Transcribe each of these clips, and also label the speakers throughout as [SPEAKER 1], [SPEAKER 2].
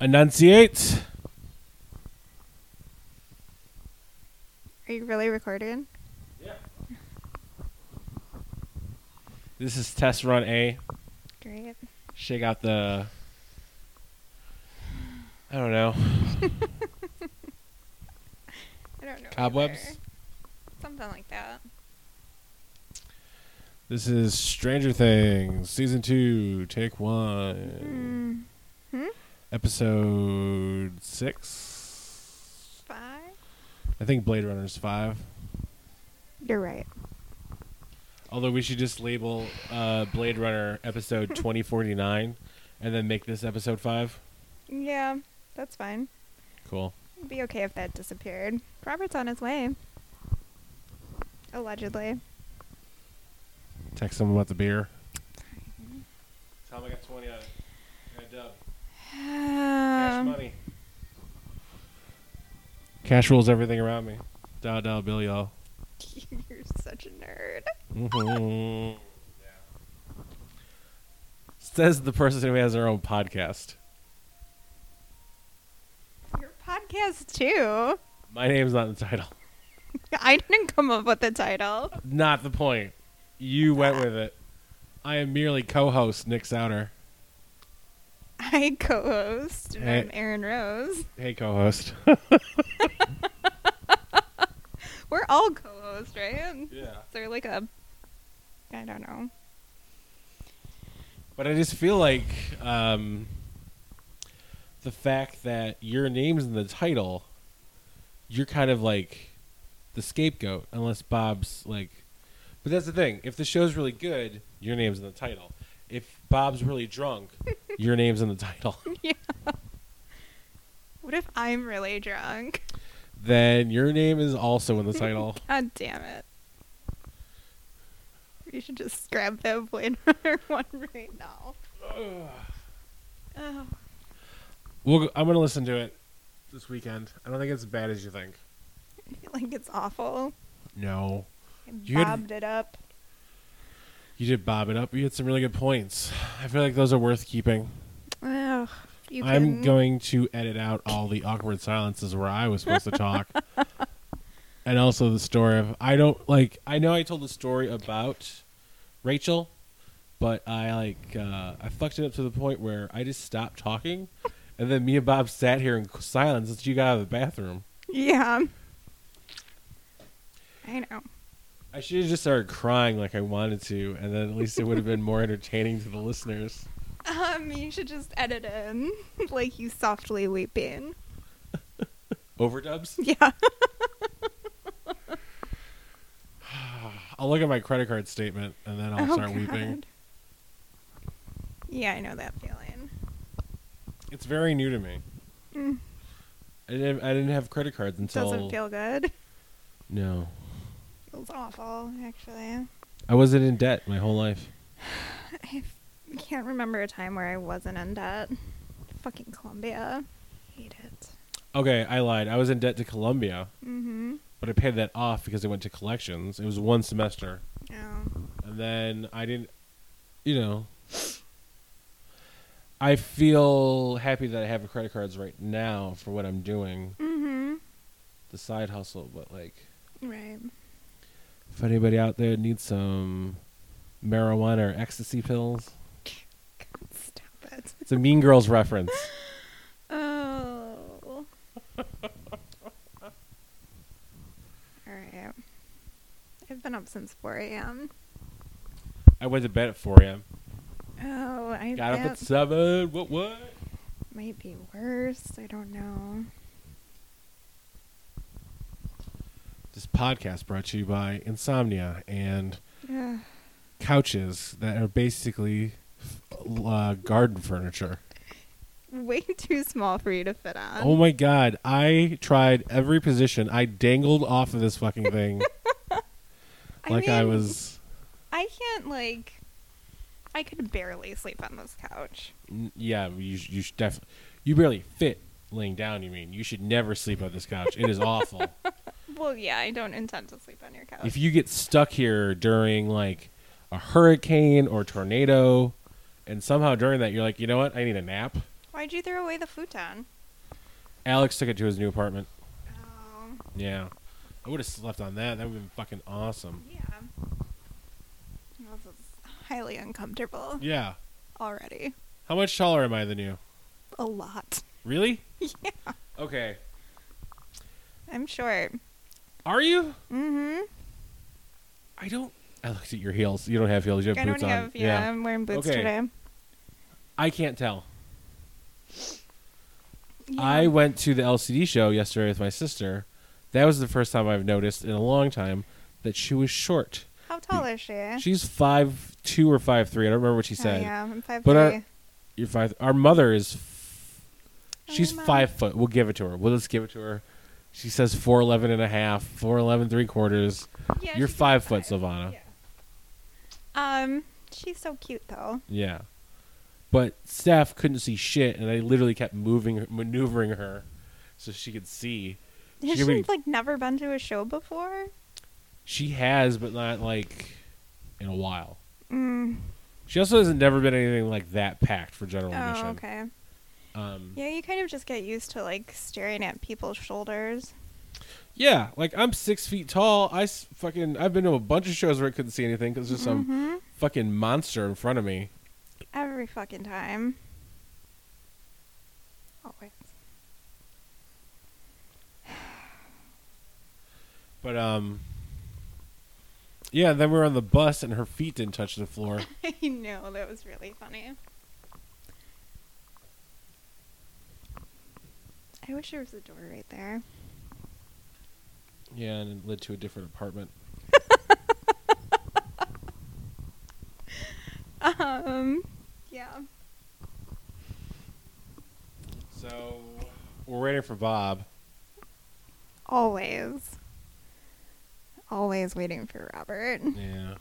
[SPEAKER 1] Enunciate.
[SPEAKER 2] Are you really recording?
[SPEAKER 1] This is test run A.
[SPEAKER 2] Great.
[SPEAKER 1] Shake out the. I don't know.
[SPEAKER 2] I don't know.
[SPEAKER 1] Cobwebs?
[SPEAKER 2] either. Something like that.
[SPEAKER 1] This is Stranger Things, Season 2, Take 1, Episode 6.
[SPEAKER 2] Five.
[SPEAKER 1] I think Blade Runner's 5.
[SPEAKER 2] You're right.
[SPEAKER 1] Although we should just label uh, Blade Runner Episode 2049 and then make this Episode 5.
[SPEAKER 2] Yeah, that's fine.
[SPEAKER 1] Cool.
[SPEAKER 2] It'd be okay if that disappeared. Robert's on his way. Allegedly.
[SPEAKER 1] Text someone about the beer. Tell him I got 20 on it. Got a dub. Cash
[SPEAKER 2] Um,
[SPEAKER 1] money. Cash rules everything around me. Dow dow bill y'all.
[SPEAKER 2] you're such a nerd.
[SPEAKER 1] Mhm. Says the person who has their own podcast.
[SPEAKER 2] Your podcast too.
[SPEAKER 1] My name's not in the title.
[SPEAKER 2] I didn't come up with the title.
[SPEAKER 1] Not the point. You went with it. I am merely co-host Nick Souter.
[SPEAKER 2] I co-host. And
[SPEAKER 1] Hey.
[SPEAKER 2] I'm Erin Rose.
[SPEAKER 1] Hey, co-host.
[SPEAKER 2] We're all co-hosts, right?
[SPEAKER 1] yeah.
[SPEAKER 2] Is there like a? I don't know.
[SPEAKER 1] But I just feel like um, the fact that your name's in the title, you're kind of like the scapegoat, unless Bob's like. But that's the thing. If the show's really good, your name's in the title. If Bob's really drunk, your name's in the title.
[SPEAKER 2] What if I'm really drunk?
[SPEAKER 1] Then your name is also in the title.
[SPEAKER 2] God damn it. You should just grab that Blade Runner one right now. Oh,
[SPEAKER 1] We'll go, I'm going to listen to it this weekend. I don't think it's as bad as you think.
[SPEAKER 2] I feel like it's awful.
[SPEAKER 1] No.
[SPEAKER 2] I
[SPEAKER 1] You had-
[SPEAKER 2] bobbed it up.
[SPEAKER 1] You did bob it up. You had some really good points. I feel like those are worth keeping.
[SPEAKER 2] Ugh, you
[SPEAKER 1] I'm
[SPEAKER 2] couldn't-
[SPEAKER 1] going to edit out all the awkward silences where I was supposed to talk. and also the story of I don't like I know I told the story about Rachel, but I like uh, I fucked it up to the point where I just stopped talking and then me and Bob sat here in silence until you got out of the bathroom.
[SPEAKER 2] Yeah. I know.
[SPEAKER 1] I should have just started crying like I wanted to, and then at least it would have been more entertaining to the listeners.
[SPEAKER 2] Um, you should just edit in, like you softly weeping.
[SPEAKER 1] Overdubs?
[SPEAKER 2] Yeah.
[SPEAKER 1] I'll look at my credit card statement and then I'll
[SPEAKER 2] Oh,
[SPEAKER 1] start weeping.
[SPEAKER 2] God. Yeah, I know that feeling.
[SPEAKER 1] It's very new to me.
[SPEAKER 2] Mm.
[SPEAKER 1] I didn't. I didn't have credit cards until.
[SPEAKER 2] Doesn't feel good.
[SPEAKER 1] no,
[SPEAKER 2] Feels awful, actually.
[SPEAKER 1] I wasn't in debt my whole life.
[SPEAKER 2] I f- can't remember a time where I wasn't in debt. Fucking Columbia. Hate it.
[SPEAKER 1] Okay, I lied. I was in debt to Columbia,
[SPEAKER 2] Mm-hmm.
[SPEAKER 1] but I paid that off because I went to collections. It was one semester,
[SPEAKER 2] Oh.
[SPEAKER 1] and then I didn't. You know. I feel happy that I have credit cards right now for what I'm doing,
[SPEAKER 2] Mm-hmm.
[SPEAKER 1] the side hustle. But like,
[SPEAKER 2] Right.
[SPEAKER 1] if anybody out there needs some marijuana or ecstasy pills,
[SPEAKER 2] God, stop it.
[SPEAKER 1] it's a Mean Girls reference.
[SPEAKER 2] Oh. Alright. I've been up since 4 a.m.
[SPEAKER 1] I went to bed at 4 a.m.
[SPEAKER 2] Oh, I
[SPEAKER 1] Got up
[SPEAKER 2] that
[SPEAKER 1] at seven. What? What?
[SPEAKER 2] might be worse. I don't know.
[SPEAKER 1] This podcast brought to you by insomnia and
[SPEAKER 2] Ugh.
[SPEAKER 1] couches that are basically uh, garden furniture.
[SPEAKER 2] Way too small for you to fit on.
[SPEAKER 1] oh my god! I tried every position. I dangled off of this fucking thing like I
[SPEAKER 2] mean,
[SPEAKER 1] was.
[SPEAKER 2] I can't like. I could barely sleep on this couch.
[SPEAKER 1] n- Yeah, you sh- you should definitely. You barely fit laying down. You mean you should never sleep on this couch? It is awful.
[SPEAKER 2] Well, yeah, I don't intend to sleep on your couch.
[SPEAKER 1] if you get stuck here during like a hurricane or tornado, and somehow during that you're like, you know what? I need a nap.
[SPEAKER 2] I why'd you throw away the futon?
[SPEAKER 1] Alex took it to his new apartment.
[SPEAKER 2] Oh,
[SPEAKER 1] Yeah. I would have slept on that. That would have been fucking awesome.
[SPEAKER 2] yeah. This is highly uncomfortable
[SPEAKER 1] Yeah.
[SPEAKER 2] already.
[SPEAKER 1] How much taller am I than you?
[SPEAKER 2] A lot.
[SPEAKER 1] Really? Yeah. Okay.
[SPEAKER 2] I'm short.
[SPEAKER 1] Are you?
[SPEAKER 2] Mm-hmm.
[SPEAKER 1] I don't. I looked at your heels. You don't have heels. You have
[SPEAKER 2] I
[SPEAKER 1] boots
[SPEAKER 2] don't
[SPEAKER 1] on.
[SPEAKER 2] have. Yeah, I'm wearing boots
[SPEAKER 1] Okay.
[SPEAKER 2] today.
[SPEAKER 1] I can't tell.
[SPEAKER 2] Yeah.
[SPEAKER 1] I went to the LCD show yesterday with my sister. That was the first time I've noticed in a long time that she was short.
[SPEAKER 2] How tall is she?
[SPEAKER 1] She's five two or five three. I don't remember what she said.
[SPEAKER 2] Oh, yeah, I'm five
[SPEAKER 1] But
[SPEAKER 2] three.
[SPEAKER 1] our- You're five. Our mother is. f-
[SPEAKER 2] Oh,
[SPEAKER 1] She's
[SPEAKER 2] Mom.
[SPEAKER 1] five foot. We'll give it to her. We'll just give it to her. She says four eleven and a half, four eleven three quarters.
[SPEAKER 2] yeah,
[SPEAKER 1] You're
[SPEAKER 2] she's
[SPEAKER 1] five foot,
[SPEAKER 2] five.
[SPEAKER 1] Silvana.
[SPEAKER 2] Yeah. Um, she's so cute though.
[SPEAKER 1] Yeah. But Steph couldn't see shit, and I literally kept moving, maneuvering her so she could see.
[SPEAKER 2] Has
[SPEAKER 1] She
[SPEAKER 2] she,
[SPEAKER 1] could be-
[SPEAKER 2] like never been to a show before?
[SPEAKER 1] She has, but not like in a while.
[SPEAKER 2] Mm.
[SPEAKER 1] She also has never been anything like that packed for general admission.
[SPEAKER 2] Oh, okay.
[SPEAKER 1] Um, yeah.
[SPEAKER 2] Yeah, you kind of just get used to like staring at people's shoulders.
[SPEAKER 1] like I'm six feet tall. I s- fucking I've been to a bunch of shows where I couldn't see anything because there's some
[SPEAKER 2] hmm
[SPEAKER 1] fucking monster in front of me.
[SPEAKER 2] Every fucking time. Always.
[SPEAKER 1] But um, yeah. Then we were on the bus, and her feet didn't touch the floor.
[SPEAKER 2] I know that was really funny. I wish there was a door right there.
[SPEAKER 1] yeah, and it led to a different apartment.
[SPEAKER 2] Um, yeah.
[SPEAKER 1] So we're waiting for Bob.
[SPEAKER 2] Always. Always waiting for Robert.
[SPEAKER 1] Yeah.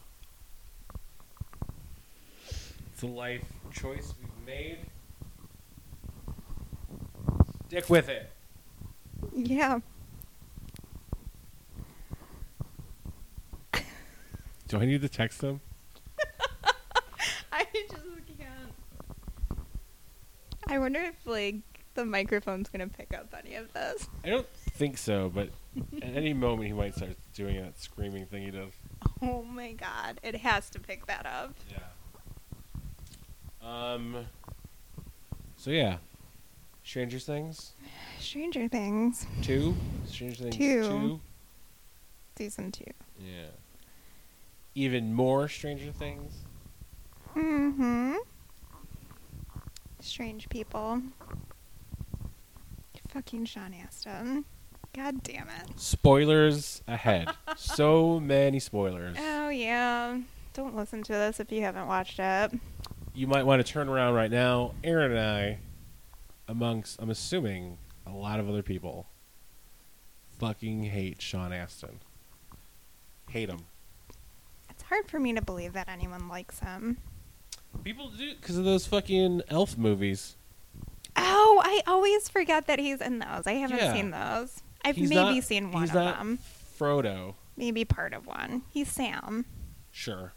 [SPEAKER 1] It's a life choice we've made. Stick with it.
[SPEAKER 2] Yeah.
[SPEAKER 1] Do I need to text him?
[SPEAKER 2] I just can't. I wonder if, like, the microphone's gonna pick up any of this.
[SPEAKER 1] I don't think so, but at any moment he might start doing that screaming thing he does.
[SPEAKER 2] Oh my god, it has to pick that up.
[SPEAKER 1] Yeah. Um. So yeah, Stranger Things
[SPEAKER 2] Stranger Things,
[SPEAKER 1] two. Stranger Things
[SPEAKER 2] Two.
[SPEAKER 1] two.
[SPEAKER 2] season two.
[SPEAKER 1] Yeah. Even more Stranger Things.
[SPEAKER 2] Mm hmm. Strange people. Fucking Sean Astin. God damn it.
[SPEAKER 1] Spoilers ahead. so many spoilers.
[SPEAKER 2] Oh, yeah. Don't listen to this if you haven't watched it.
[SPEAKER 1] You might want to turn around right now. Aaron and I, amongst, I'm assuming, a lot of other people, fucking hate Sean Astin. Hate him.
[SPEAKER 2] It's hard for me to believe that anyone likes him.
[SPEAKER 1] People do because of those fucking elf movies.
[SPEAKER 2] Oh, I always forget that he's in those. I haven't
[SPEAKER 1] Yeah.
[SPEAKER 2] seen those. I've
[SPEAKER 1] He's
[SPEAKER 2] maybe
[SPEAKER 1] not-
[SPEAKER 2] seen one
[SPEAKER 1] he's
[SPEAKER 2] of
[SPEAKER 1] not
[SPEAKER 2] them.
[SPEAKER 1] Frodo,
[SPEAKER 2] Maybe part of one. He's Sam.
[SPEAKER 1] sure.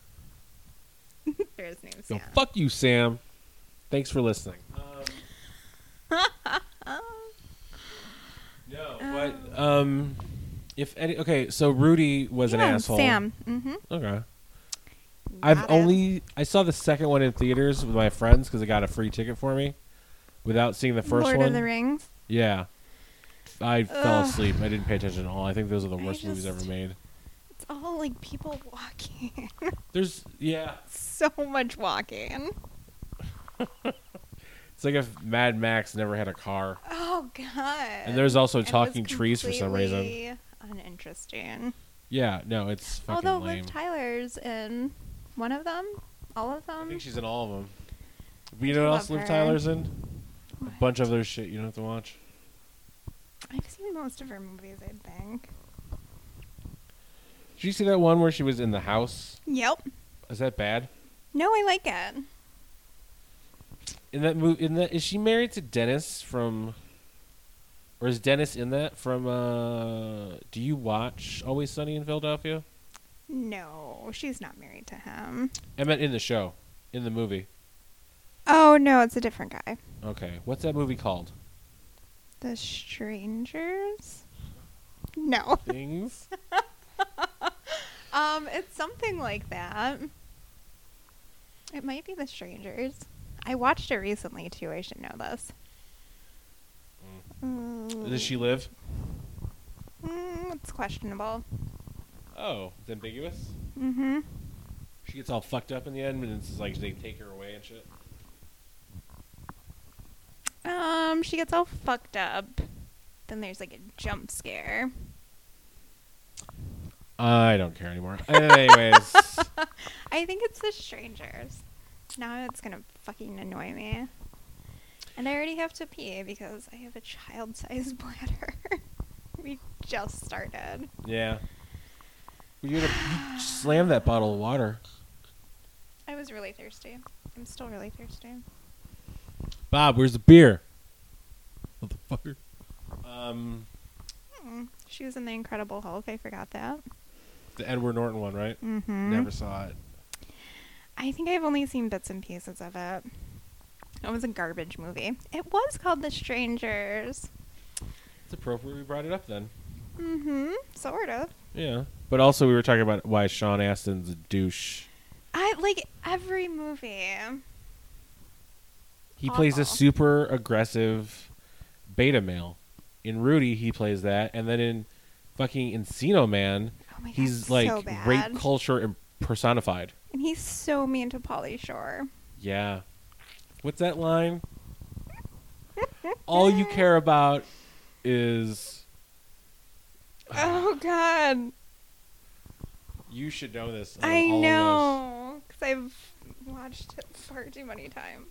[SPEAKER 2] There's name
[SPEAKER 1] So
[SPEAKER 2] Sam.
[SPEAKER 1] fuck you, Sam. Thanks for listening. no, but um, if any, okay, so Rudy was an
[SPEAKER 2] Yeah,
[SPEAKER 1] asshole.
[SPEAKER 2] Sam. Mm-hmm.
[SPEAKER 1] Okay. I've only I saw the second one in theaters with my friends because they got a free ticket for me, without seeing the first
[SPEAKER 2] Lord
[SPEAKER 1] one.
[SPEAKER 2] of the Rings.
[SPEAKER 1] Yeah, I fell
[SPEAKER 2] Ugh.
[SPEAKER 1] asleep. I didn't pay attention at all. I think those are the
[SPEAKER 2] I
[SPEAKER 1] worst movies
[SPEAKER 2] just-
[SPEAKER 1] ever made.
[SPEAKER 2] It's all like people walking.
[SPEAKER 1] There's yeah,
[SPEAKER 2] so much walking.
[SPEAKER 1] it's like if Mad Max never had a car,
[SPEAKER 2] Oh god.
[SPEAKER 1] and there's also
[SPEAKER 2] And it was
[SPEAKER 1] talking trees for some reason.
[SPEAKER 2] completely Uninteresting.
[SPEAKER 1] Yeah, no, it's fucking
[SPEAKER 2] Although
[SPEAKER 1] lame.
[SPEAKER 2] Liv Tyler's in one of them, all of
[SPEAKER 1] I
[SPEAKER 2] them.
[SPEAKER 1] think she's in all of them. But you know what else Liv
[SPEAKER 2] love her.
[SPEAKER 1] Tyler's in? A bunch of other shit you don't have to watch.
[SPEAKER 2] I've seen most of her movies, I think.
[SPEAKER 1] Did you see that one where she was in the house?
[SPEAKER 2] Yep.
[SPEAKER 1] Is that bad?
[SPEAKER 2] No, I like it.
[SPEAKER 1] In that movie, in that is she married to Dennis from, or is Dennis in that from? uh Do you watch Always Sunny in Philadelphia?
[SPEAKER 2] No, she's not married to him.
[SPEAKER 1] I meant in the show, in the movie.
[SPEAKER 2] Oh no, it's a different guy.
[SPEAKER 1] Okay, what's that movie called?
[SPEAKER 2] The Strangers. No.
[SPEAKER 1] Things.
[SPEAKER 2] Um, it's something like that. It might be The Strangers. I watched it recently too. I should know this. Mm.
[SPEAKER 1] Does she live?
[SPEAKER 2] Mm, it's questionable.
[SPEAKER 1] Oh, it's ambiguous.
[SPEAKER 2] Mm-hmm.
[SPEAKER 1] She gets all fucked up in the end, and it's like they take her away and shit.
[SPEAKER 2] Um, she gets all fucked up. Then there's like a jump scare.
[SPEAKER 1] I don't care anymore. Anyways,
[SPEAKER 2] I think it's The Strangers. Now it's gonna fucking annoy me. And I already have to pee because I have a child-sized bladder. we just started.
[SPEAKER 1] yeah. You gotta you slam that bottle of water.
[SPEAKER 2] I was really thirsty. I'm still really thirsty.
[SPEAKER 1] Bob, where's the beer? Motherfucker. Um,
[SPEAKER 2] Mm. She was in The Incredible Hulk. I forgot that.
[SPEAKER 1] the Edward Norton one, right?
[SPEAKER 2] Mm-hmm.
[SPEAKER 1] Never saw it.
[SPEAKER 2] I think I've only seen bits and pieces of it. It was a garbage movie. It was called The Strangers.
[SPEAKER 1] It's appropriate we brought it up then.
[SPEAKER 2] Mm-hmm. Sort of.
[SPEAKER 1] Yeah. But also, we were talking about why Sean Astin's a douche.
[SPEAKER 2] I like every movie. Oh
[SPEAKER 1] He plays a
[SPEAKER 2] Awful.
[SPEAKER 1] super aggressive beta male. In Rudy, he plays that, and then in fucking Encino Man,
[SPEAKER 2] Oh my god.
[SPEAKER 1] he's
[SPEAKER 2] so
[SPEAKER 1] like
[SPEAKER 2] bad.
[SPEAKER 1] rape culture im- personified.
[SPEAKER 2] And he's so mean to Polly Shore.
[SPEAKER 1] Yeah. What's that line? All you care about is
[SPEAKER 2] Oh god.
[SPEAKER 1] you should know this. out of
[SPEAKER 2] I
[SPEAKER 1] all of us.
[SPEAKER 2] know. Because I've watched it far too many times.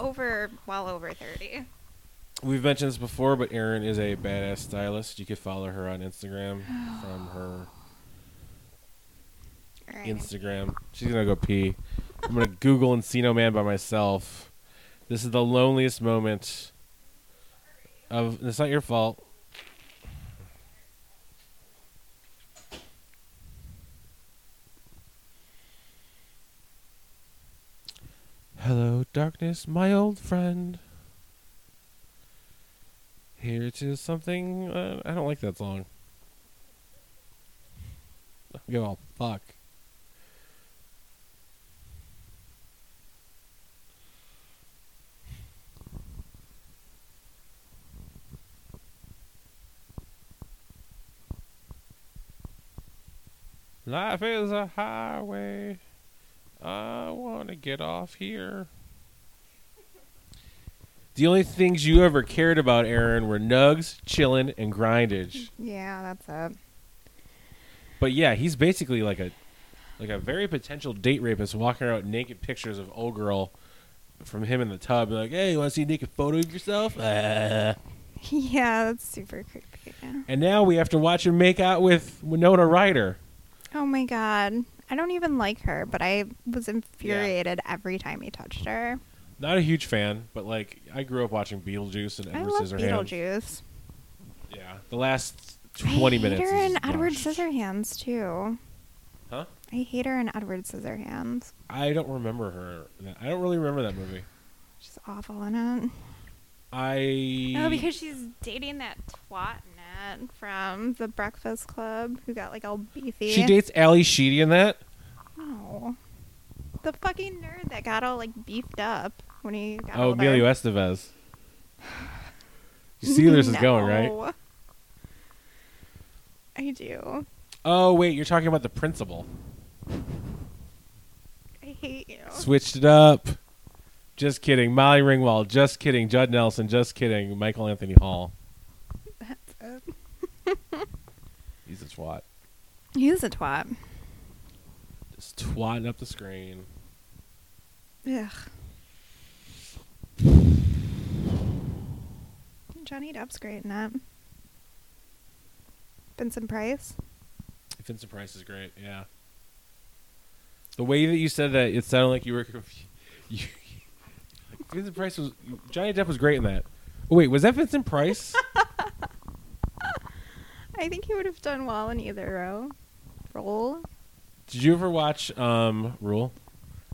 [SPEAKER 2] Over, well over 30.
[SPEAKER 1] We've mentioned this before, but Erin is a badass stylist. You could follow her on Instagram from her
[SPEAKER 2] Alright.
[SPEAKER 1] Instagram. She's gonna go pee. I'm gonna Google Encino Man by myself. This is the loneliest moment of. It's not your fault. Hello, darkness, my old friend. Here to something. Uh, I don't like that song. I don't give a fuck. Life is a highway. I want to get off here. The only things you ever cared about, Aaron, were nugs, chillin', and grindage.
[SPEAKER 2] yeah, that's it.
[SPEAKER 1] But yeah, he's basically like a like a very potential date rapist walking out naked pictures of old girl from him in the tub. Like, hey, you want to see a naked photo of yourself? Ah.
[SPEAKER 2] Yeah, that's super creepy.
[SPEAKER 1] And now we have to watch him make out with Winona Ryder.
[SPEAKER 2] Oh my god. I don't even like her, but I was infuriated every time he touched her.
[SPEAKER 1] Not a huge fan, but like I grew up watching Beetlejuice and
[SPEAKER 2] I
[SPEAKER 1] Edward
[SPEAKER 2] love
[SPEAKER 1] Scissorhands.
[SPEAKER 2] Beetlejuice.
[SPEAKER 1] Yeah, the last twenty
[SPEAKER 2] I
[SPEAKER 1] minutes.
[SPEAKER 2] hate her
[SPEAKER 1] is
[SPEAKER 2] in
[SPEAKER 1] just
[SPEAKER 2] Edward
[SPEAKER 1] mush.
[SPEAKER 2] Scissorhands too.
[SPEAKER 1] Huh?
[SPEAKER 2] I hate her in Edward Scissorhands.
[SPEAKER 1] I don't remember her. in that- I don't really remember that movie.
[SPEAKER 2] She's awful in it.
[SPEAKER 1] I
[SPEAKER 2] Oh, because she's dating that twat Nat from The Breakfast Club who got like all beefy.
[SPEAKER 1] she dates Ali Sheedy in that.
[SPEAKER 2] No. The fucking nerd that got all like beefed up when he got
[SPEAKER 1] Oh,
[SPEAKER 2] older.
[SPEAKER 1] Emilio Estevez. You see where this is going, right?
[SPEAKER 2] No. I do.
[SPEAKER 1] Oh wait, you're talking about the principal.
[SPEAKER 2] I hate you.
[SPEAKER 1] Switched it up. Just kidding, Molly Ringwald. Just kidding, Judd Nelson. Just kidding, Michael Anthony Hall.
[SPEAKER 2] That's it.
[SPEAKER 1] He's a twat.
[SPEAKER 2] He's a twat.
[SPEAKER 1] Just twatting up the screen.
[SPEAKER 2] Ugh. Johnny Depp's great in that. Vincent Price.
[SPEAKER 1] Vincent Price is great. Yeah. The way that you said that, it sounded like you were confused. You, Vincent Price was Johnny Depp was great in that. Oh, wait, was that Vincent Price?
[SPEAKER 2] I think he would have done well in either row. Role.
[SPEAKER 1] Did you ever watch um, Rule?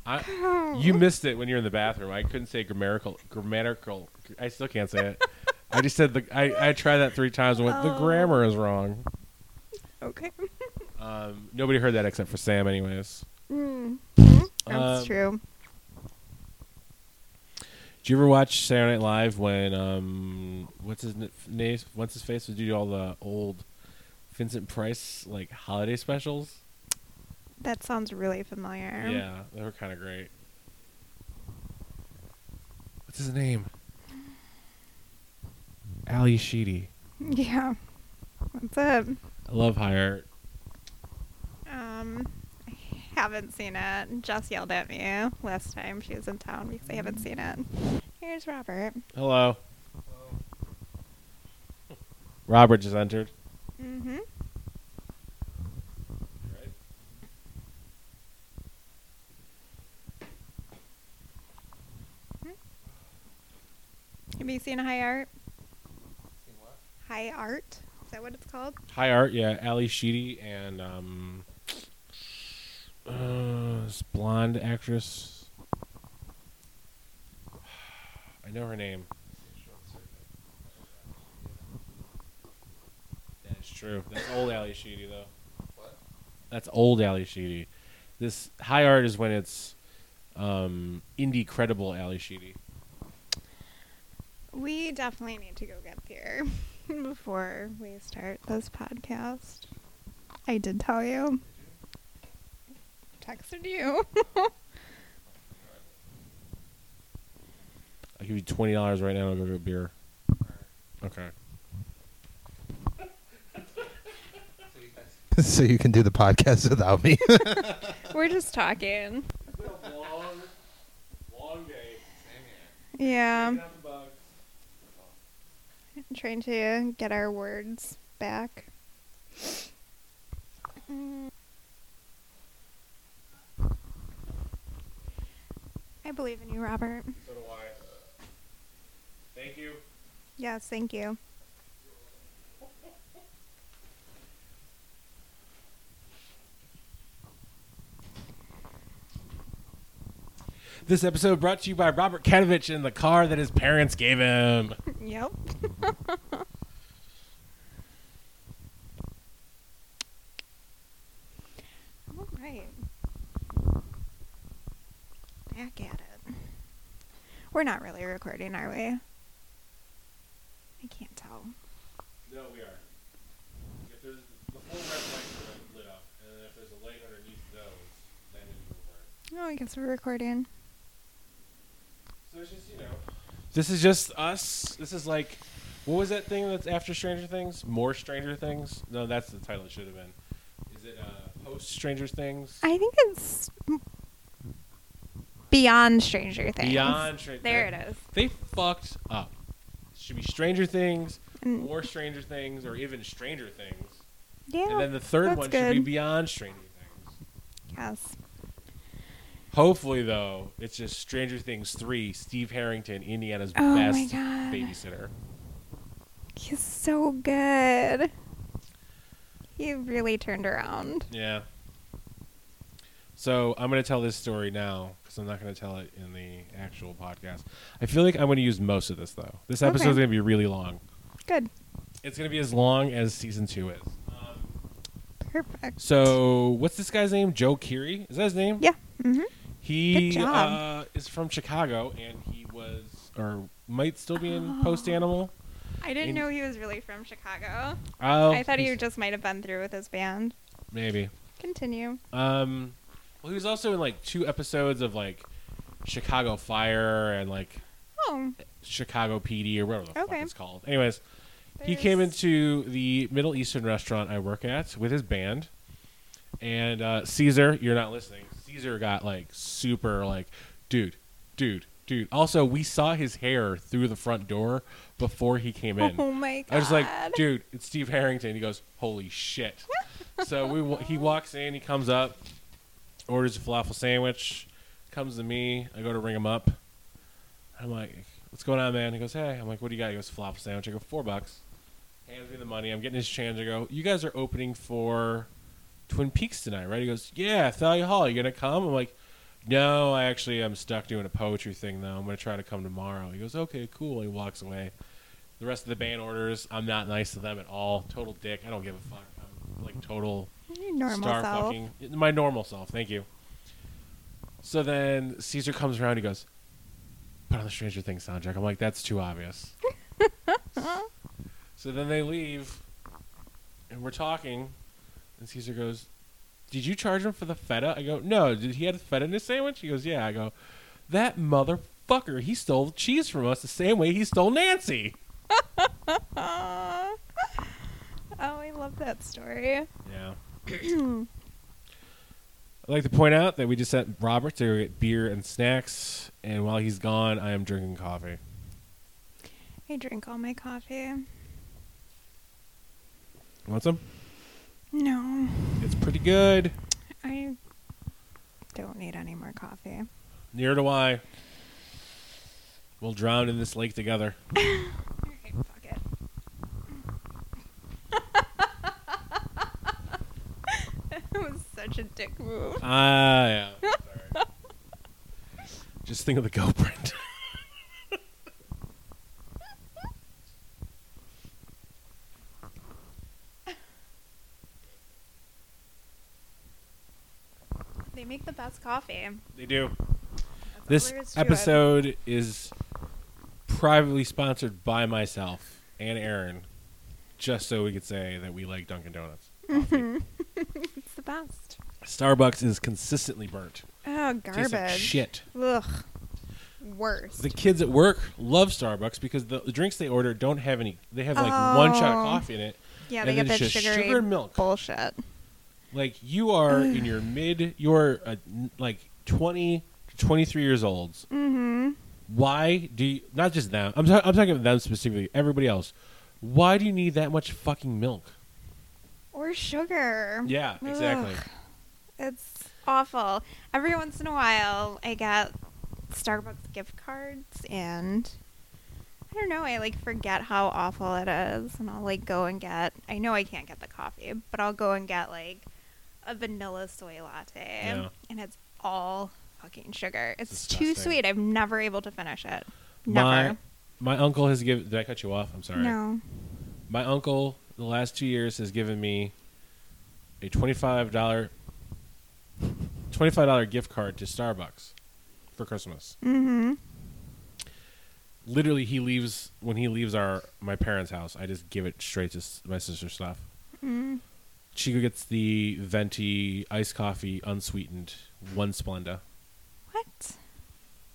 [SPEAKER 1] I,
[SPEAKER 2] Oh,
[SPEAKER 1] you missed it when you're in the bathroom. I couldn't say grammatical. Grammatical. I still can't say it. I just said the. I, I tried that three times and went. The
[SPEAKER 2] Oh.
[SPEAKER 1] grammar is wrong.
[SPEAKER 2] Okay.
[SPEAKER 1] Um, nobody heard that except for Sam, anyways.
[SPEAKER 2] Mm. Mhm. That's
[SPEAKER 1] Um,
[SPEAKER 2] true.
[SPEAKER 1] Did you ever watch Saturday Night Live when um, what's his n- name? What's his face would do all the old Vincent Price like holiday specials?
[SPEAKER 2] That sounds really familiar.
[SPEAKER 1] Yeah, they were kind of great. What's his name? Ali Sheedy.
[SPEAKER 2] Yeah. That's it.
[SPEAKER 1] I love High Art.
[SPEAKER 2] Um, I haven't seen it. Jess yelled at me last time she was in town because I haven't seen it. Here's Robert.
[SPEAKER 1] Hello. Robert just entered.
[SPEAKER 2] Mm-hmm. Hmm? Have you seen High Art? High Art? Is that what it's called?
[SPEAKER 1] High Art, yeah. Ali Sheedy and um, uh, this blonde actress. I know her name. That is true. That's old Ali Sheedy though.
[SPEAKER 3] What?
[SPEAKER 1] That's old Ali Sheedy. This High Art is when it's um, indie credible Ali Sheedy.
[SPEAKER 2] We definitely need to go get beer before we start this podcast. I did tell you. Texted you.
[SPEAKER 1] I'll give you twenty dollars right now. and I'll go get beer. Okay.
[SPEAKER 3] so you can do the podcast without me.
[SPEAKER 2] We're just talking.
[SPEAKER 1] It's been a long, long day.
[SPEAKER 2] Yeah.
[SPEAKER 1] Enough about-
[SPEAKER 2] Trying to get our words back. Mm. I believe in you, Robert.
[SPEAKER 1] So do I. Thank you.
[SPEAKER 2] Yes, thank you.
[SPEAKER 1] This episode brought to you by Robert Kanovich and the car that his parents gave him.
[SPEAKER 2] Yep. All right. Back at it. We're not really recording, are we? I can't tell.
[SPEAKER 1] No, we are. If there's the full red lights are lit up, and then if there's a light underneath those, then it's over.
[SPEAKER 2] Oh, I guess we're recording.
[SPEAKER 1] So it's just you know. This is just us. This is like, what was that thing that's after Stranger Things? More Stranger Things? No, that's the title it should have been. Is it uh, post Stranger Things?
[SPEAKER 2] I think it's m- beyond Stranger Things.
[SPEAKER 1] Beyond Stranger
[SPEAKER 2] There it is.
[SPEAKER 1] They fucked up. should be Stranger Things,
[SPEAKER 2] Mm.
[SPEAKER 1] more Stranger Things, or even Stranger Things.
[SPEAKER 2] Yeah.
[SPEAKER 1] and then the third
[SPEAKER 2] that's
[SPEAKER 1] one should
[SPEAKER 2] good.
[SPEAKER 1] be Beyond Stranger Things.
[SPEAKER 2] yes.
[SPEAKER 1] Hopefully, though, it's just Stranger Things 3, Steve Harrington, Indiana's
[SPEAKER 2] Oh my
[SPEAKER 1] best
[SPEAKER 2] God.
[SPEAKER 1] babysitter.
[SPEAKER 2] He's so good. He really turned around.
[SPEAKER 1] Yeah. So I'm going to tell this story now because I'm not going to tell it in the actual podcast. I feel like I'm going to use most of this, though. This episode's
[SPEAKER 2] Okay.
[SPEAKER 1] going to be really long.
[SPEAKER 2] Good.
[SPEAKER 1] It's going to be as long as season two is. Um,
[SPEAKER 2] Perfect.
[SPEAKER 1] so, what's this guy's name? Joe Keery? Is that his name?
[SPEAKER 2] Yeah. Mm-hmm.
[SPEAKER 1] He
[SPEAKER 2] Good job.
[SPEAKER 1] uh, is from Chicago, and he was, or might still be in Post
[SPEAKER 2] Oh.
[SPEAKER 1] Animal.
[SPEAKER 2] I
[SPEAKER 1] In-
[SPEAKER 2] didn't know he was really from Chicago.
[SPEAKER 1] Oh,
[SPEAKER 2] I thought he
[SPEAKER 1] he's-
[SPEAKER 2] just might have been through with his band.
[SPEAKER 1] maybe.
[SPEAKER 2] Continue.
[SPEAKER 1] Um, well, he was also in like two episodes of like Chicago Fire and like
[SPEAKER 2] Oh,
[SPEAKER 1] Chicago PD or whatever the
[SPEAKER 2] Okay.
[SPEAKER 1] fuck it's called. Anyways, he
[SPEAKER 2] there's-
[SPEAKER 1] came into the Middle Eastern restaurant I work at with his band, and uh, Caesar, you're not listening. Caesar got like super like, dude, dude, dude. Also, we saw his hair through the front door before he came in.
[SPEAKER 2] Oh my god.
[SPEAKER 1] I was like, dude, it's Steve Harrington. He goes, holy shit. so we wa- he walks in, he comes up, orders a falafel sandwich, comes to me. I go to ring him up. I'm like, what's going on, man? He goes, hey. I'm like, what do you got? He goes, falafel sandwich. I go, four bucks. Hands me the money. I'm getting his change. I go, you guys are opening for Twin Peaks tonight, right? He goes, yeah, Thalia Hall. You gonna come? I'm like, No, I actually am stuck doing a poetry thing though. I'm gonna try to come tomorrow. He goes, Okay, cool. He walks away. The rest of the band orders. I'm not nice to them at all. Total dick. I don't give a fuck. I'm like total
[SPEAKER 2] Your normal
[SPEAKER 1] star
[SPEAKER 2] self.
[SPEAKER 1] fucking my normal self. Thank you. So then Caesar comes around. He goes, "Put on the Stranger Things soundtrack." I'm like, "That's too obvious." so then they leave, and we're talking, and Caesar goes, "Did you charge him for the feta?" I go, "No." Did he have feta in his sandwich? He goes, "Yeah." I go, "That motherfucker! He stole cheese from us the same way he stole Nancy."
[SPEAKER 2] Aw. Ah. oh, I love that story.
[SPEAKER 1] Yeah. I'd like to point out that we just sent Robert to get beer and snacks, and while he's gone, I am drinking coffee.
[SPEAKER 2] I drink all my coffee.
[SPEAKER 1] Want some?
[SPEAKER 2] No,
[SPEAKER 1] It's pretty good.
[SPEAKER 2] I don't need any more coffee.
[SPEAKER 1] Near do I. We'll drown in this lake together.
[SPEAKER 2] Okay, fuck it. that was such a dick move.
[SPEAKER 1] Ah, yeah. Sorry. just think of the culprit.
[SPEAKER 2] They make the best coffee.
[SPEAKER 1] they do.
[SPEAKER 2] That's all
[SPEAKER 1] This
[SPEAKER 2] there is to it.
[SPEAKER 1] episode is privately sponsored by myself and Aaron, just so we could say that we like Dunkin' Donuts. Coffee.
[SPEAKER 2] It's the best.
[SPEAKER 1] Starbucks is consistently burnt.
[SPEAKER 2] Oh,
[SPEAKER 1] Tastes
[SPEAKER 2] garbage.
[SPEAKER 1] like shit.
[SPEAKER 2] Ugh. Worse.
[SPEAKER 1] The kids at work love Starbucks because the drinks they order don't have any. They have like one shot
[SPEAKER 2] Oh.
[SPEAKER 1] of coffee in it.
[SPEAKER 2] yeah,
[SPEAKER 1] and
[SPEAKER 2] they
[SPEAKER 1] then
[SPEAKER 2] get that
[SPEAKER 1] it's just
[SPEAKER 2] sugary
[SPEAKER 1] sugar and milk.
[SPEAKER 2] bullshit.
[SPEAKER 1] Like you are in your mid, you're uh, n- like 20 to 23 years old.
[SPEAKER 2] Mm-hmm.
[SPEAKER 1] Why do you, not just them? I'm, ta- I'm talking about them specifically. Everybody else. Why do you need that much fucking milk?
[SPEAKER 2] Or sugar.
[SPEAKER 1] Yeah, exactly.
[SPEAKER 2] Mm. Ugh. It's awful. Every once in a while, I get Starbucks gift cards, and I don't know. I like forget how awful it is, and I'll like go and get. I know I can't get the coffee, but I'll go and get like a vanilla soy latte,
[SPEAKER 1] Yeah.
[SPEAKER 2] and it's all fucking sugar. It's too
[SPEAKER 1] Disgusting.
[SPEAKER 2] sweet. I'm never able to finish it.
[SPEAKER 1] My
[SPEAKER 2] Never.
[SPEAKER 1] my uncle has given. Did I cut you off? I'm sorry.
[SPEAKER 2] No.
[SPEAKER 1] My uncle, the last two years, has given me a twenty-five dollar twenty-five dollar gift card to Starbucks for Christmas.
[SPEAKER 2] Mm-hmm.
[SPEAKER 1] Literally, he leaves when he leaves our my parents' house. I just give it straight to s- my sister's stuff.
[SPEAKER 2] Mm.
[SPEAKER 1] Chico gets the venti iced coffee, unsweetened, one Splenda.
[SPEAKER 2] What?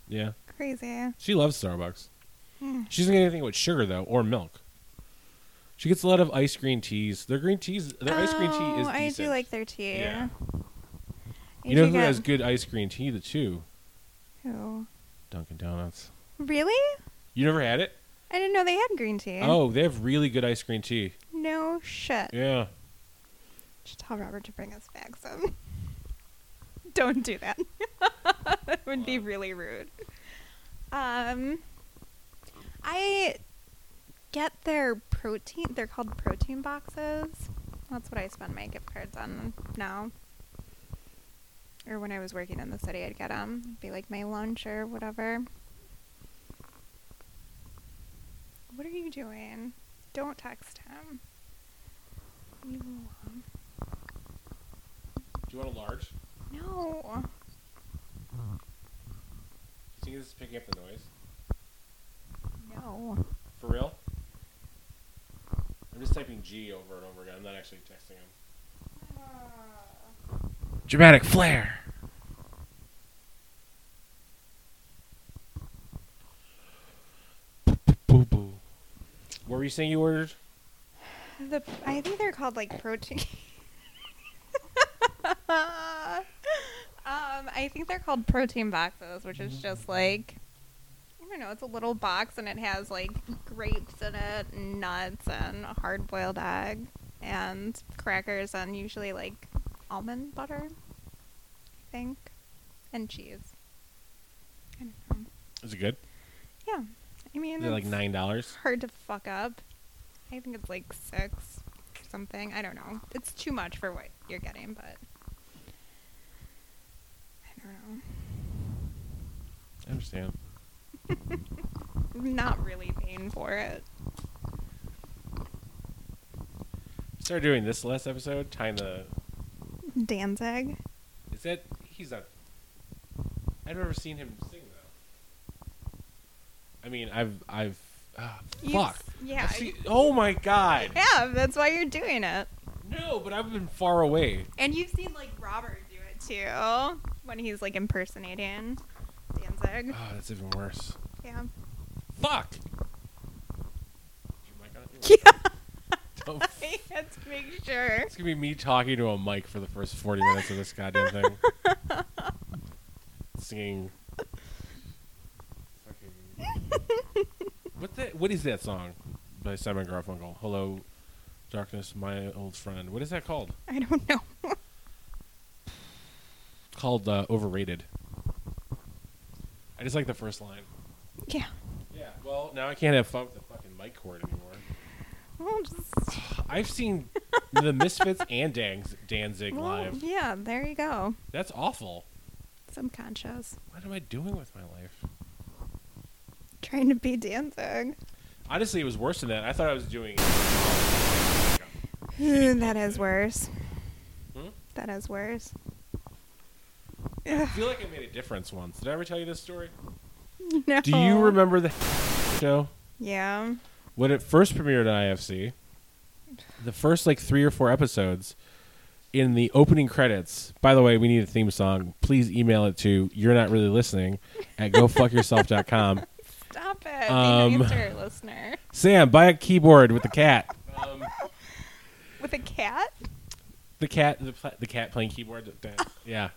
[SPEAKER 1] Yeah,
[SPEAKER 2] Crazy.
[SPEAKER 1] she loves Starbucks.
[SPEAKER 2] Mm.
[SPEAKER 1] She doesn't get anything with sugar though, or milk. She gets a lot of ice green teas. Their green teas, their ice green tea is
[SPEAKER 2] Oh, I
[SPEAKER 1] decent.
[SPEAKER 2] do like their tea.
[SPEAKER 1] Yeah.
[SPEAKER 2] I
[SPEAKER 1] You know who
[SPEAKER 2] do get-
[SPEAKER 1] has good ice green tea? The two
[SPEAKER 2] Who?
[SPEAKER 1] Dunkin' Donuts.
[SPEAKER 2] Really?
[SPEAKER 1] You never had it?
[SPEAKER 2] I didn't know they had green tea.
[SPEAKER 1] Oh, they have really good ice green tea.
[SPEAKER 2] No shit.
[SPEAKER 1] Yeah.
[SPEAKER 2] Should tell Robert to bring us back some. Don't do that. that would be really rude. Um, I get their protein. They're called protein boxes. That's what I spend my gift cards on now. Or when I was working in the city, I'd get them. Be like my lunch or whatever. What are you doing? Don't text him. Leave him alone.
[SPEAKER 1] Do you want a large? Do
[SPEAKER 2] No.
[SPEAKER 1] you think this is picking up the noise?
[SPEAKER 2] No.
[SPEAKER 1] For real? I'm just typing G over and over again. I'm not actually texting him. Dramatic flair. Boo boo. What were you saying you ordered?
[SPEAKER 2] The I think they're called like protein. um, I think they're called protein boxes, which is just like I don't know. It's a little box and it has like grapes in it, and nuts, and a hard-boiled egg, and crackers, and usually like almond butter, I think, and cheese. I don't know.
[SPEAKER 1] Is it good?
[SPEAKER 2] Yeah, I mean,
[SPEAKER 1] Is it like
[SPEAKER 2] it's-
[SPEAKER 1] nine dollars?
[SPEAKER 2] hard to fuck up. I think it's like six or something. I don't know. It's too much for what you're getting, but I don't know.
[SPEAKER 1] I understand.
[SPEAKER 2] I'm not really paying for it.
[SPEAKER 1] Start doing this last episode. Time the
[SPEAKER 2] Danzig.
[SPEAKER 1] is that he's not. I've never seen him sing though. I mean, I've I've ah,
[SPEAKER 2] You've
[SPEAKER 1] fuck.
[SPEAKER 2] s- yeah,
[SPEAKER 1] I've
[SPEAKER 2] I-
[SPEAKER 1] seen- oh my god.
[SPEAKER 2] Yeah, that's why you're doing it.
[SPEAKER 1] No, but I've been far away.
[SPEAKER 2] And you've seen like Robert do it too when he's like impersonating Danzig.
[SPEAKER 1] Oh, that's even worse.
[SPEAKER 2] Yeah.
[SPEAKER 1] Fuck. Is your mic on?
[SPEAKER 2] Yeah.
[SPEAKER 1] Don't f-
[SPEAKER 2] Let's make sure.
[SPEAKER 1] It's gonna be me talking to a mic for the first forty minutes of this goddamn thing. Singing. Fucking. What the, What is that song by Simon Garfunkel? Hello, darkness, my old friend. What is that called?
[SPEAKER 2] I don't know.
[SPEAKER 1] It's called uh, overrated. I just like the first line.
[SPEAKER 2] Yeah.
[SPEAKER 1] Yeah. Well, now I can't have fun with the fucking mic cord anymore.
[SPEAKER 2] Well, just,
[SPEAKER 1] I've seen the Misfits and Danz- Danzig
[SPEAKER 2] well,
[SPEAKER 1] live.
[SPEAKER 2] yeah, there you go.
[SPEAKER 1] That's awful.
[SPEAKER 2] Subconscious.
[SPEAKER 1] What am I doing with my life?
[SPEAKER 2] Trying to be Danzig.
[SPEAKER 1] Honestly, it was worse than that. I thought I was doing.
[SPEAKER 2] that is worse.
[SPEAKER 1] Hmm?
[SPEAKER 2] That is worse.
[SPEAKER 1] I feel like I made a difference once. Did I ever tell you this story?
[SPEAKER 2] No.
[SPEAKER 1] Do you remember the show
[SPEAKER 2] Yeah.
[SPEAKER 1] when it first premiered on IFC? The first like three or four episodes in the opening credits. By the way, we need a theme song. Please email it to you're not really listening at gofuckyourself.com.
[SPEAKER 2] Stop it.
[SPEAKER 1] Um,
[SPEAKER 2] Um, Answer, listener.
[SPEAKER 1] Sam, buy a keyboard with the cat. Um,
[SPEAKER 2] With a cat?
[SPEAKER 1] the cat, the, pla- the cat playing keyboard. Yeah.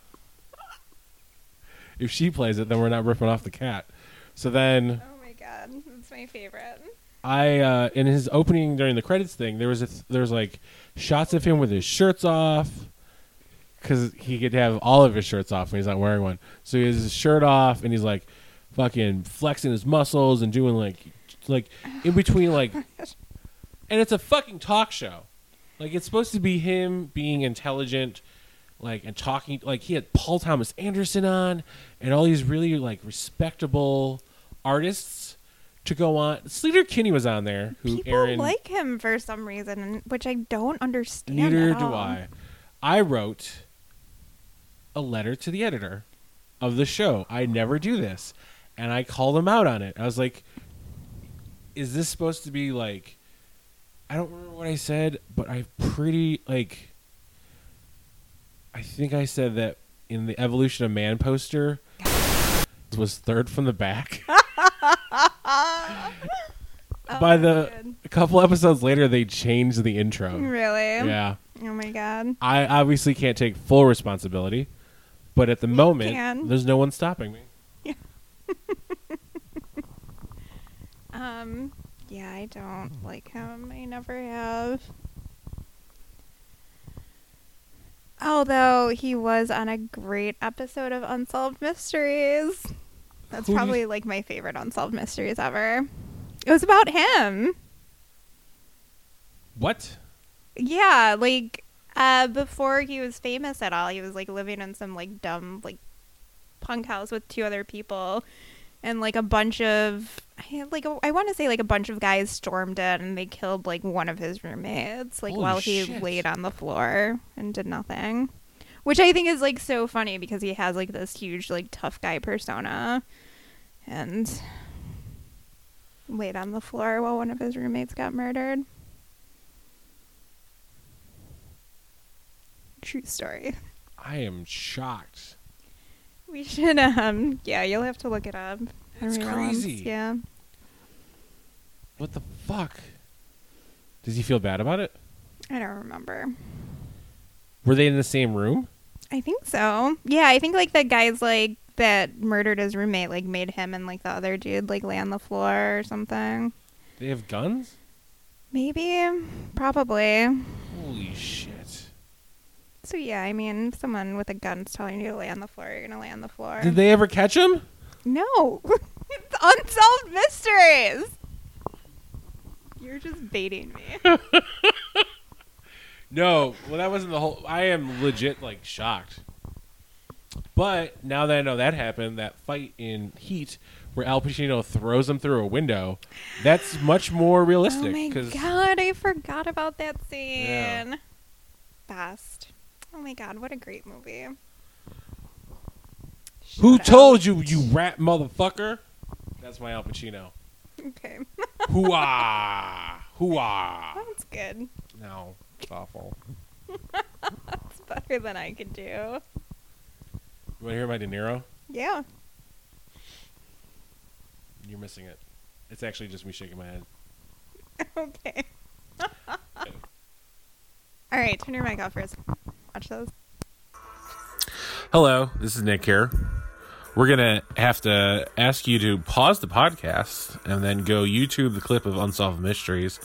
[SPEAKER 1] If she plays it, then we're not ripping off the cat. So then.
[SPEAKER 2] Oh my god. That's my favorite.
[SPEAKER 1] I uh, in his opening during the credits thing, there was a th- there's like shots of him with his shirts off because he could have all of his shirts off when he's not wearing one. So he has his shirt off and he's like fucking flexing his muscles and doing like like in
[SPEAKER 2] Oh
[SPEAKER 1] between like and it's a fucking talk show. Like it's supposed to be him being intelligent like and talking like he had Paul Thomas Anderson on and all these really like respectable artists to go on. Sleater Kinney was on there who
[SPEAKER 2] People
[SPEAKER 1] Aaron
[SPEAKER 2] like him for some reason, which I don't understand.
[SPEAKER 1] Neither
[SPEAKER 2] at
[SPEAKER 1] do
[SPEAKER 2] all.
[SPEAKER 1] I. I wrote a letter to the editor of the show. I never do this. And I called him out on it. I was like, is this supposed to be like I don't remember what I said, but I pretty like I think I said that in the evolution of man poster was third from the back.
[SPEAKER 2] Oh,
[SPEAKER 1] By the
[SPEAKER 2] good.
[SPEAKER 1] a couple episodes later they changed the intro.
[SPEAKER 2] Really?
[SPEAKER 1] Yeah.
[SPEAKER 2] Oh my god.
[SPEAKER 1] I obviously can't take full responsibility, but at the moment,
[SPEAKER 2] can.
[SPEAKER 1] there's no one stopping me.
[SPEAKER 2] Um, yeah, I don't like him. I never have. Although he was on a great episode of Unsolved Mysteries. That's
[SPEAKER 1] Who do you-
[SPEAKER 2] probably like my favorite Unsolved Mysteries ever. It was about him.
[SPEAKER 1] What?
[SPEAKER 2] Yeah, like uh before he was famous at all, he was like living in some like dumb like punk house with two other people and like a bunch of I- like a- I want to say like a bunch of guys stormed in and they killed like one of his roommates like
[SPEAKER 1] Holy
[SPEAKER 2] while he
[SPEAKER 1] shit.
[SPEAKER 2] laid on the floor and did nothing. Which I think is like so funny because he has like this huge like tough guy persona and laid on the floor while one of his roommates got murdered. True story.
[SPEAKER 1] I am shocked.
[SPEAKER 2] We should um yeah, you'll have to look it up.
[SPEAKER 1] That's
[SPEAKER 2] Henry Rollins,
[SPEAKER 1] crazy.
[SPEAKER 2] Yeah.
[SPEAKER 1] What the fuck? Does he feel bad about it?
[SPEAKER 2] I don't remember.
[SPEAKER 1] Were they in the same room?
[SPEAKER 2] I think so. Yeah, I think like the guy's like that murdered his roommate like made him and like the other dude like lay on the floor or something.
[SPEAKER 1] They have guns?
[SPEAKER 2] Maybe. Probably.
[SPEAKER 1] Holy shit.
[SPEAKER 2] So yeah, I mean if someone with a gun's telling you to lay on the floor, you're gonna lay on the floor.
[SPEAKER 1] Did they ever catch him?
[SPEAKER 2] No. it's unsolved mysteries. You're just baiting me.
[SPEAKER 1] No. Well, that wasn't the whole. I am legit, like, shocked. But now that I know that happened, that fight in Heat where Al Pacino throws him through a window, that's much more
[SPEAKER 2] Oh
[SPEAKER 1] realistic.
[SPEAKER 2] my
[SPEAKER 1] 'cause-
[SPEAKER 2] god, I forgot about that scene.
[SPEAKER 1] Yeah.
[SPEAKER 2] Best. Oh my god, what a great movie.
[SPEAKER 1] Who told you, you rat motherfucker? That's my Al Pacino.
[SPEAKER 2] Okay.
[SPEAKER 1] Hooah! Hooah!
[SPEAKER 2] That's good.
[SPEAKER 1] No, it's awful.
[SPEAKER 2] That's better than I could do.
[SPEAKER 1] You want to hear my De Niro?
[SPEAKER 2] Yeah.
[SPEAKER 1] You're missing it. It's actually just me shaking my head.
[SPEAKER 2] Okay. All right, turn your mic off first. Watch those.
[SPEAKER 1] Hello, this is Nick here. We're going to have to ask you to pause the podcast and then go YouTube the clip of Unsolved Mysteries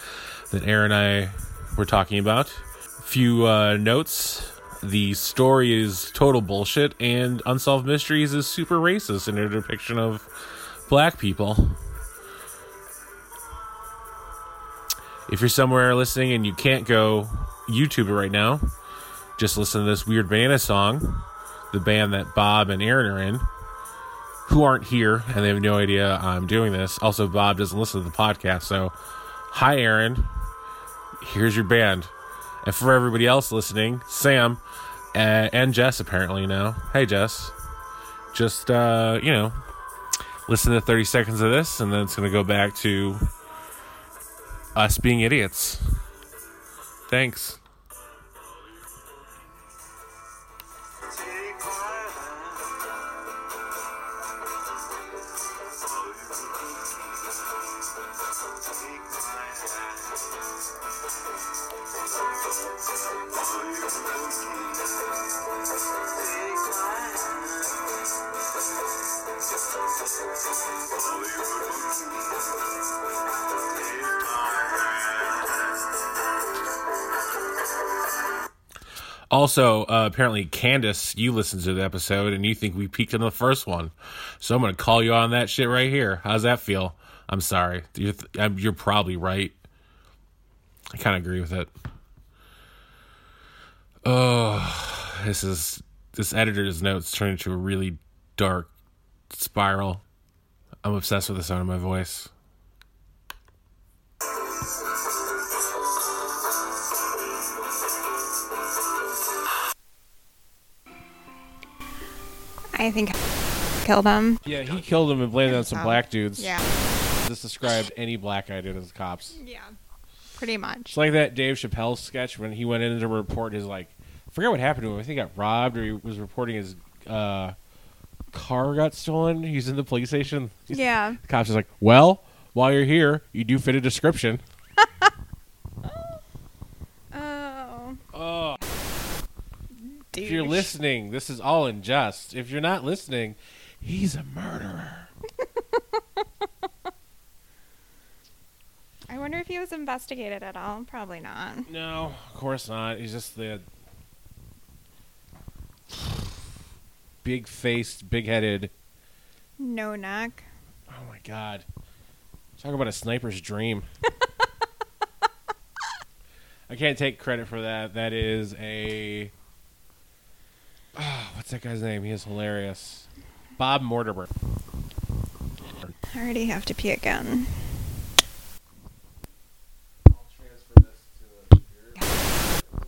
[SPEAKER 1] that Aaron and I were talking about. Few uh, notes. The story is total bullshit, and Unsolved Mysteries is super racist in their depiction of black people. If you're somewhere listening and you can't go YouTube it right now, just listen to this weird banana song the band that Bob and Aaron are in, who aren't here and they have no idea I'm doing this. Also, Bob doesn't listen to the podcast. So, hi, Aaron. Here's your band. And for everybody else listening, Sam uh, and Jess apparently now. Hey, Jess. Just, uh, you know, listen to 30 seconds of this and then it's going to go back to us being idiots. Thanks. Also, uh, apparently, Candace, you listened to the episode and you think we peaked on the first one, so I'm gonna call you on that shit right here. How's that feel? I'm sorry, you're, th- I'm- you're probably right. I kind of agree with it. Oh, this is this editor's notes turned into a really dark spiral. I'm obsessed with the sound of my voice.
[SPEAKER 2] I think killed him.
[SPEAKER 1] Yeah, he killed him and blamed it on some
[SPEAKER 2] Oh,
[SPEAKER 1] black dudes.
[SPEAKER 2] Yeah.
[SPEAKER 1] This described any black guy did as cops.
[SPEAKER 2] Yeah. Pretty much.
[SPEAKER 1] It's like that Dave Chappelle sketch when he went in to report his like, I forget what happened to him. I think he got robbed or he was reporting his uh, car got stolen. He's in the police station. He's-
[SPEAKER 2] Yeah.
[SPEAKER 1] The cops is like, well, while you're here, you do fit a description.
[SPEAKER 2] Oh.
[SPEAKER 1] Oh, if
[SPEAKER 2] Douche.
[SPEAKER 1] you're listening, this is all unjust. If you're not listening, he's a murderer.
[SPEAKER 2] I wonder if he was investigated at all. Probably not.
[SPEAKER 1] No, of course not. He's just the big faced, big headed.
[SPEAKER 2] No neck.
[SPEAKER 1] Oh my god. Talk about a sniper's dream. I can't take credit for that. That is a Ah, what's that guy's name? He is hilarious. Bob Mortimer.
[SPEAKER 2] I already have to pee again.